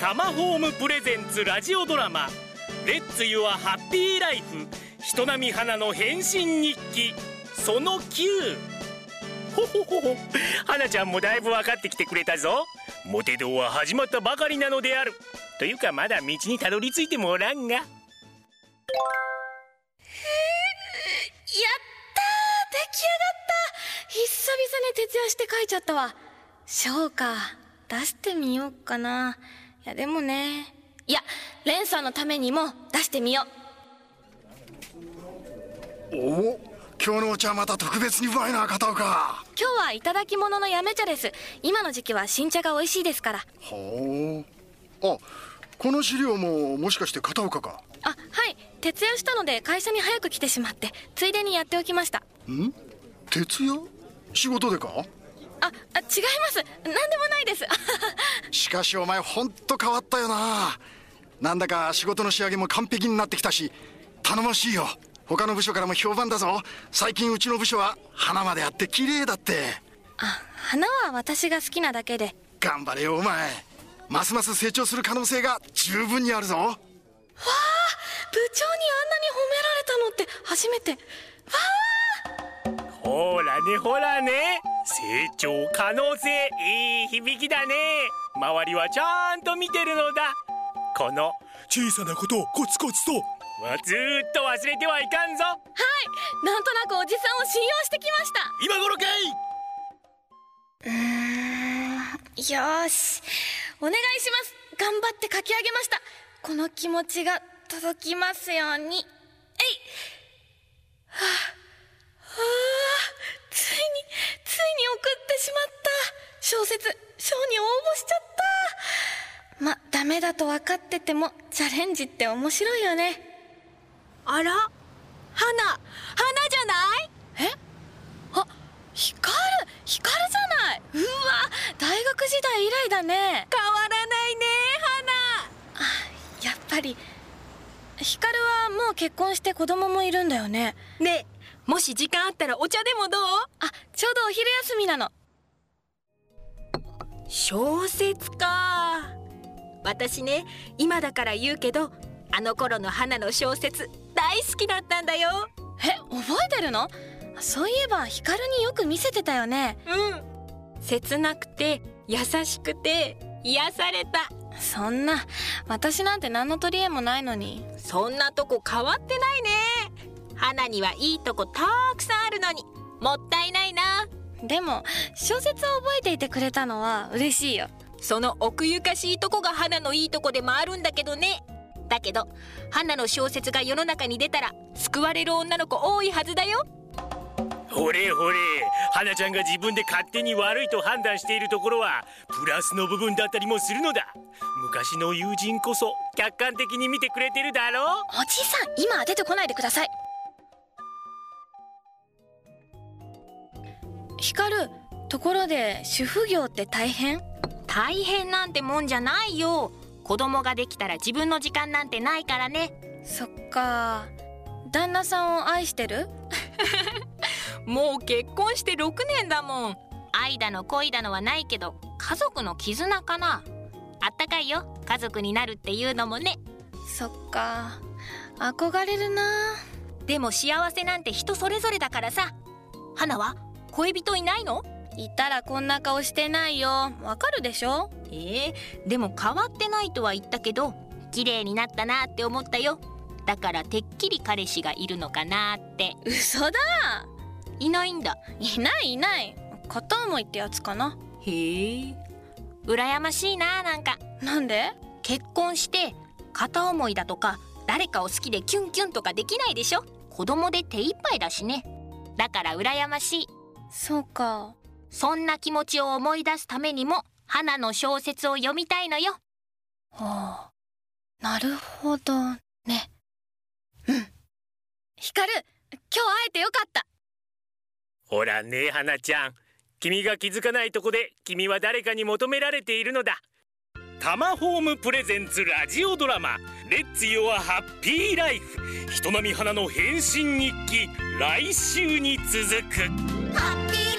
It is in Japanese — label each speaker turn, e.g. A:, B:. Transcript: A: タマホームプレゼンツラジオドラマ「レッツ・ユア・ハッピー・ライフ人並み花の変身日記」その9ほほほほ花ちゃんもだいぶ分かってきてくれたぞモテ道は始まったばかりなのであるというかまだ道にたどり着いてもおらんがやった
B: 出来上がった久々に徹夜して書いちゃったわそうか出してみようかないやでもねいやレンさんのためにも出してみよう
C: おお今日のお茶はまた特別にうまいな片岡
B: 今日はいただき物のやめ茶です今の時期は新茶が美味しいですから
C: ほうあこの資料ももしかして片岡か
B: あはい徹夜したので会社に早く来てしまってついでにやっておきました
C: ん徹夜仕事でか
B: ああ違います何でもないです
C: しかしお前ほんと変わったよななんだか仕事の仕上げも完璧になってきたし頼もしいよ他の部署からも評判だぞ最近うちの部署は花まであって綺麗だって
B: あ花は私が好きなだけで
C: 頑張れよお前ますます成長する可能性が十分にあるぞ
B: 部長にあんなに褒められたのって初めてわ
A: ほらねほらね成長可能性いい響きだね周りはちゃんと見てるのだこの
D: 小さなことをコツコツと
A: はずーっと忘れてはいかんぞ
B: あはいなんとなくおじさんを信用してきました
A: 今頃かい
B: よーしお願いします頑張って書き上げましたこの気持ちが届きますようにえいはあはあついについに送ってしまった小説賞に応募しちゃったまダメだと分かっててもチャレンジって面白いよねあら花花じゃないえあ光る光るじゃないうわ大学時代以来だね変わらないね花やっぱり光はもう結婚して子供もいるんだよね
E: ねえもし時間あったらお茶でもどう
B: あちょうどお昼休みなの
E: 小説か私ね今だから言うけどあの頃の花の小説大好きだったんだよ
B: え覚えてるのそういえば光によく見せてたよね
E: うん切なくて優しくて癒された
B: そんな私なんて何の取り柄もないのに
E: そんなとこ変わってないね花にはいいとこたくさんあるのにもったいないな
B: でも小説を覚えていてくれたのは嬉しいよ
E: その奥ゆかしいとこが花のいいとこでもあるんだけどねだけど花の小説が世の中に出たら救われる女の子多いはずだよ
A: ほれほれ花ちゃんが自分で勝手に悪いと判断しているところはプラスの部分だったりもするのだ昔の友人こそ客観的に見てくれてるだろう
B: おじいさん今は出てこないでください光るところで主婦業って大変
E: 大変なんてもんじゃないよ子供ができたら自分の時間なんてないからね
B: そっか旦那さんを愛してる
E: もう結婚して6年だもん愛だの恋だのはないけど家族の絆かなあったかいよ家族になるっていうのもね
B: そっか憧れるな
E: でも幸せなんて人それぞれだからさ花は恋人いないの
B: いたらこんな顔してないよわかるでしょ
E: ええでも変わってないとは言ったけど綺麗になったなって思ったよだからてっきり彼氏がいるのかなって
B: 嘘だ
E: いないんだ
B: いないいない片思いってやつかな
E: へえ羨ましいななんか
B: なんで
E: 結婚して片思いだとか誰かを好きでキュンキュンとかできないでしょ子供で手一杯だしねだから羨ましい
B: そうか
E: そんな気持ちを思い出すためにも花の小説を読みたいのよ
B: ああなるほどねうん光今日会えてよかった
A: ほらね花ちゃん君が気づかないとこで君は誰かに求められているのだタマホームプレゼンツラジオドラマ「レッツ・ヨア・ハッピー・ライフ」人並み花の変身日記来週に続く
F: ハッピー